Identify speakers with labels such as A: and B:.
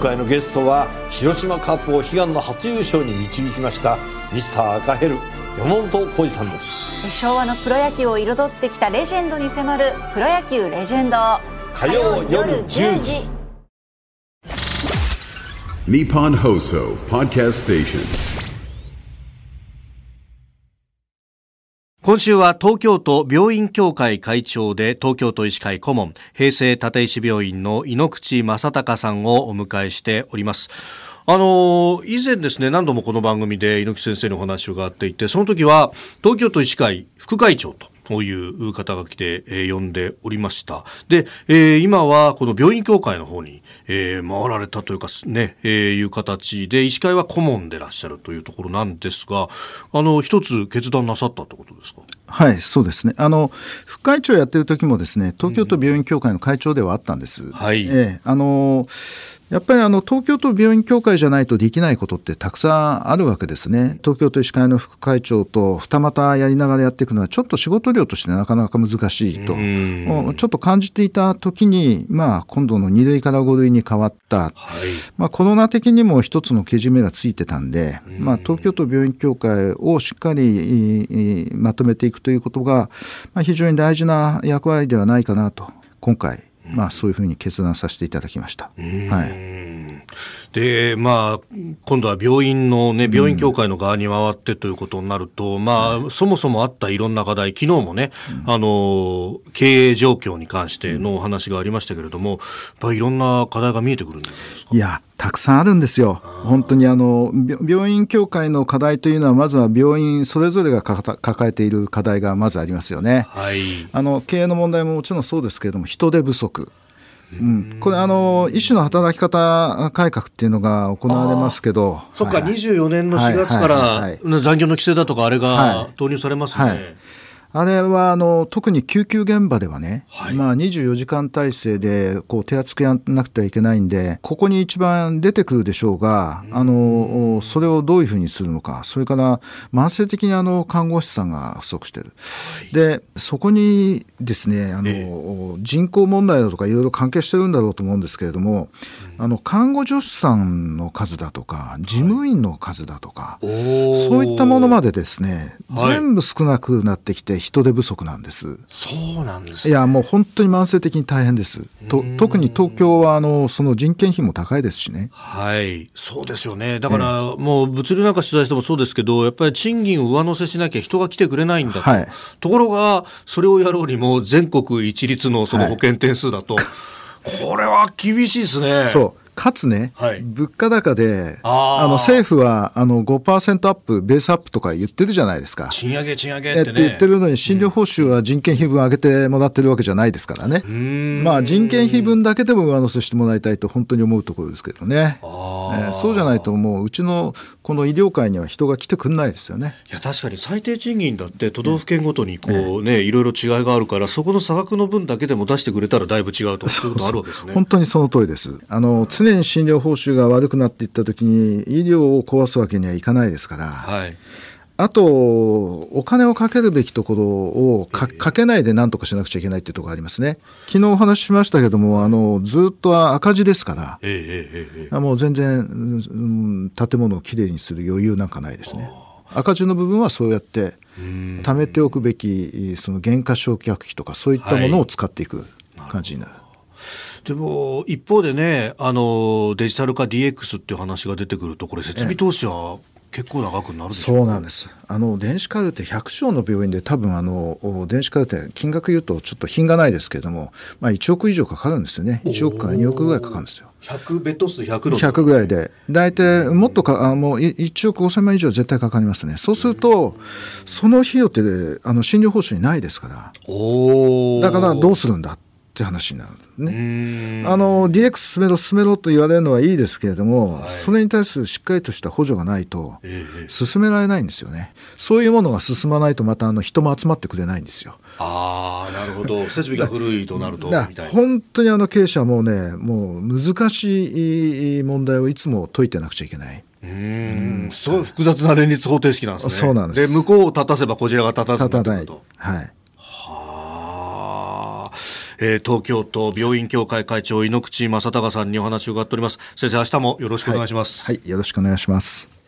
A: 回のゲストは広島カップを悲願の初優勝に導きましたミスター赤ヘル山本浩二さんです
B: 昭和のプロ野球を彩ってきたレジェンドに迫る「プロ野球レジェンド」
A: 火曜夜10時
C: ニッポン放送パドキャストステーション
D: 今週は東京都病院協会会長で東京都医師会顧問平成立石病院の猪口正隆さんをお迎えしておりますあの以前ですね何度もこの番組で猪木先生のお話を伺っていてその時は東京都医師会副会長とという肩書きで、えー呼んでおりました。で、えー今はこの病院協会の方に、えー回られたというかすね、えーいう形で、医師会は顧問でいらっしゃるというところなんですが、あの、一つ決断なさったってことですか
E: はい、そうですね。あの、副会長やってる時もですね、東京都病院協会の会長ではあったんです。
D: はい
E: ええあの、やっぱりあの、東京都病院協会じゃないとできないことってたくさんあるわけですね。東京都医師会の副会長と二股やりながらやっていくのはちょっと仕事量としてなかなか難しいと、ちょっと感じていた時に、まあ、今度の2類から5類に変わった。まあ、コロナ的にも一つのけじめがついてたんで、まあ、東京都病院協会をしっかりいいいまとめていくということが、まあ、非常に大事な役割ではないかなと今回、まあ、そういうふうに決断させていただきました。はい
D: で、まあ、今度は病院のね、病院協会の側に回ってということになると、まあ、そもそもあったいろんな課題、昨日もね、あの、経営状況に関してのお話がありましたけれども、やっぱりいろんな課題が見えてくるんじゃないですか
E: いやたくさんあるんですよ。本当にあのびょ病院協会の課題というのはまずは病院それぞれがかか抱えている課題がまずありますよね。
D: はい。
E: あの経営の問題ももちろんそうですけれども人手不足。うん、これあの医師の働き方改革っていうのが行われますけど
D: そっか、
E: はいはい
D: 24年の4月か
E: はいはいはい
D: ら残業の規制だとか、あれが
E: はい
D: 導入されます
E: はい
D: ね。
E: あれはあの特に救急現場ではね、
D: はい
E: まあ、24時間体制でこう手厚くやんなくてはいけないんでここに一番出てくるでしょうがあのおそれをどういうふうにするのかそれから慢性的にあの看護師さんが不足してる、でそこにですねあの、お人口問題だとかいろいろ関係してるんだろうと思うんですけれども、あの看護助手さんの数だとか事務員の数だとか、
D: おー
E: そういったものまでですね、
D: はい
E: 全部少なくなってきて人手不足なんです。
D: そうなんです
E: いや、もう本当に慢性的に大変です。と特に東京は、あの、その人件費も高いですしね。
D: はい、そうですよね。だから、もう物流なんか取材してもそうですけど、やっぱり賃金を上乗せしなきゃ人が来てくれないんだと。
E: はい
D: ところが、それをやろうにも全国一律のその
E: はい
D: 保険点数だと、これは厳しいですね。
E: そう。かつね、
D: はい
E: 物価高で、
D: あー
E: あの、政府は、あの、5%アップ、ベースアップとか言ってるじゃないですか。
D: 賃上げ、賃上げ
E: え
D: っ
E: ってて
D: ね。
E: 言ってるのに、診療報酬は人件費分上げてもらってるわけじゃないですからね。まあ、人件費分だけでも上乗せしてもらいたいと本当に思うところですけどね。えーそうじゃないと、もう、うちのこの医療界には人が来てくんないですよね。
D: いや確かに最低賃金だって都道府県ごとにこう、ね、いろいろ違いがあるからそこの差額の分だけでも出してくれたらだいぶ違うとかそういうことあるわけですね。
E: 本当にその通りです。あの、常に診療報酬が悪くなっていった時に、医療を壊すわけにはいかないですから、
D: はい、
E: あと、お金をかけるべきところをかかけないで何とかしなくちゃいけないっていうところがありますね。昨日お話ししましたけども、あの、ずっと赤字ですから、
D: ええええええ
E: あもう全然、うんうん建物をきれいにする余裕なんかないですね。赤字の部分はそうやって貯めておくべきその減価償却費とかそういったものを使っていく感じになる。
D: でも一方でねあのデジタル化 DX っていう話が出てくるとこれ設備投資は結構長くなるでしょ
E: そうなんですあの電子カルテ100床の病院で多分あのお電子カルテ金額言うとちょっと品がないですけれども、まあ、1億以上かかるんですよね1億から2億ぐらいかかるんですよ。
D: 100ベッド数100の
E: 100ぐらいで大体もっとかあもうい1億5000万以上絶対かかりますねそうするとその費用ってあの診療報酬にないですから
D: おお
E: だから
D: う
E: どうするんだって話になるね。あの DX 進めろ進めろと言われるのはいいですけれども、それに対するしっかりとした補助がないと進められないんですよね。そういうものが進まないとまたあの人も集まってくれないんですよ。
D: ああなるほ ど設備が古いとなるとみ
E: だ
D: た
E: か
D: い
E: ら
D: な
E: 本当にあの経営者はもうねもう難しい問題をいつも解いてなくちゃいけない。
D: うんすごい複雑な連立方程式なんですね
E: そうなんです
D: で向こうを立たせばこちらが立たず
E: 立
D: になっ
E: た
D: てく
E: な
D: る
E: い
D: と。
E: はい。
D: あーえー東京都病院協会会長井ノ口正隆さんにお話を伺っております先生明日もよろしくお願いします、
E: はい、よろしくお願いします。